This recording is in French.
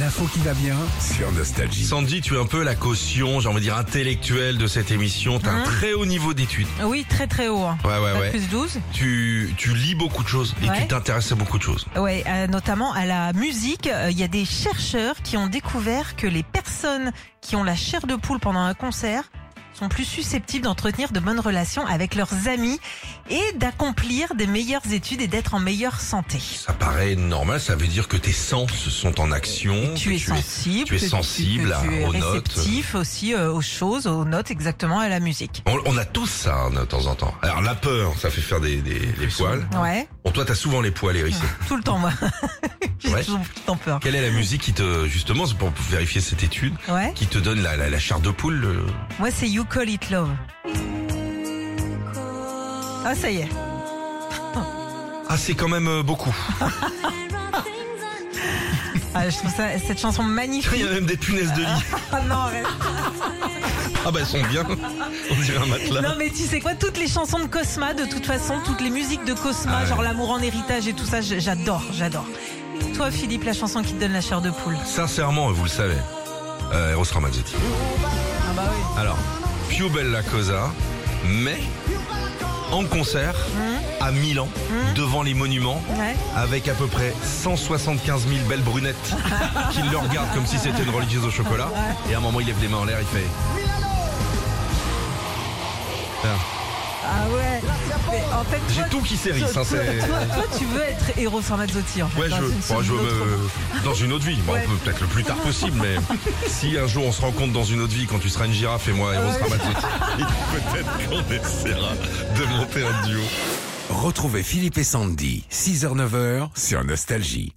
l'info qui va bien. sur Nostalgie. Sandy, tu es un peu la caution, j'ai envie de dire intellectuelle de cette émission. Hein T'as un très haut niveau d'études. Oui, très très haut. hein. Ouais, ouais, Bac Ah ouais. Plus 12. Tu, tu lis beaucoup de choses et Ouais. tu t'intéresses à beaucoup de choses. Ouais, euh, notamment à la musique. Euh, Il y a des chercheurs qui ont découvert que les personnes qui ont la chair de poule pendant un concert sont plus susceptibles d'entretenir de bonnes relations avec leurs amis et d'accomplir des meilleures études et d'être en meilleure santé. Ça paraît normal, ça veut dire que tes sens sont en action. Tu que es sensible, tu es que sensible que à- tu es aux notes. réceptif aussi euh, aux choses, aux notes exactement à la musique. On, on a tous ça hein, de temps en temps. Alors la peur, ça fait faire des, des, les poils. Ouais, Bon, toi, t'as souvent les poils hérissés. tout le temps moi. J'ai Ouais. toujours tout le temps peur. Quelle est la musique qui te, justement, c'est pour vérifier cette étude, Ouais. qui te donne la, la, la chair de poule le- Moi, c'est You Call It Love. Ah, ça y est. Ah, c'est quand même euh, beaucoup. Ah, je trouve ça, cette chanson Il y magnifique. a même des punaises de lit. Ah, non, arrête. Ah bah elles sont bien. On dirait un matelas. non, mais tu sais quoi, toutes les chansons de Cosma, de toute façon, toutes les musiques de Cosma, Ah ouais. genre l'amour en héritage et tout ça, j- j'adore, j'adore. Toi, Philippe, la chanson qui te donne la chair de poule. Sincèrement, vous le savez. Euh, Eros Ramazzotti. Ah bah oui. Alors, Più Bella Cosa, mais en concert à Milan, devant les monuments, Mmh. Ouais. avec à peu près 175 000 belles brunettes qui le regardent comme si c'était une religieuse au chocolat. Et à un moment, il lève les mains en l'air, il fait... Ah, Ah ouais. Mais en fait, J'ai toi, tout qui s'érisse. hein, toi, c'est- toi- toi, tu veux être héros Ramazzotti, en fait. Ouais, je dans veux, Bah, une- moi, je une veux autre- me- euh, dans une autre vie. Bon, Ouais. on peut Peut-être le plus tard possible, mais si un jour on se rencontre dans une autre vie, quand tu seras une girafe et moi, Eros Ramazzotti, peut-être qu'on essaiera de monter un duo. Retrouvez Philippe et Sandy, 6h-9h sur Nostalgie.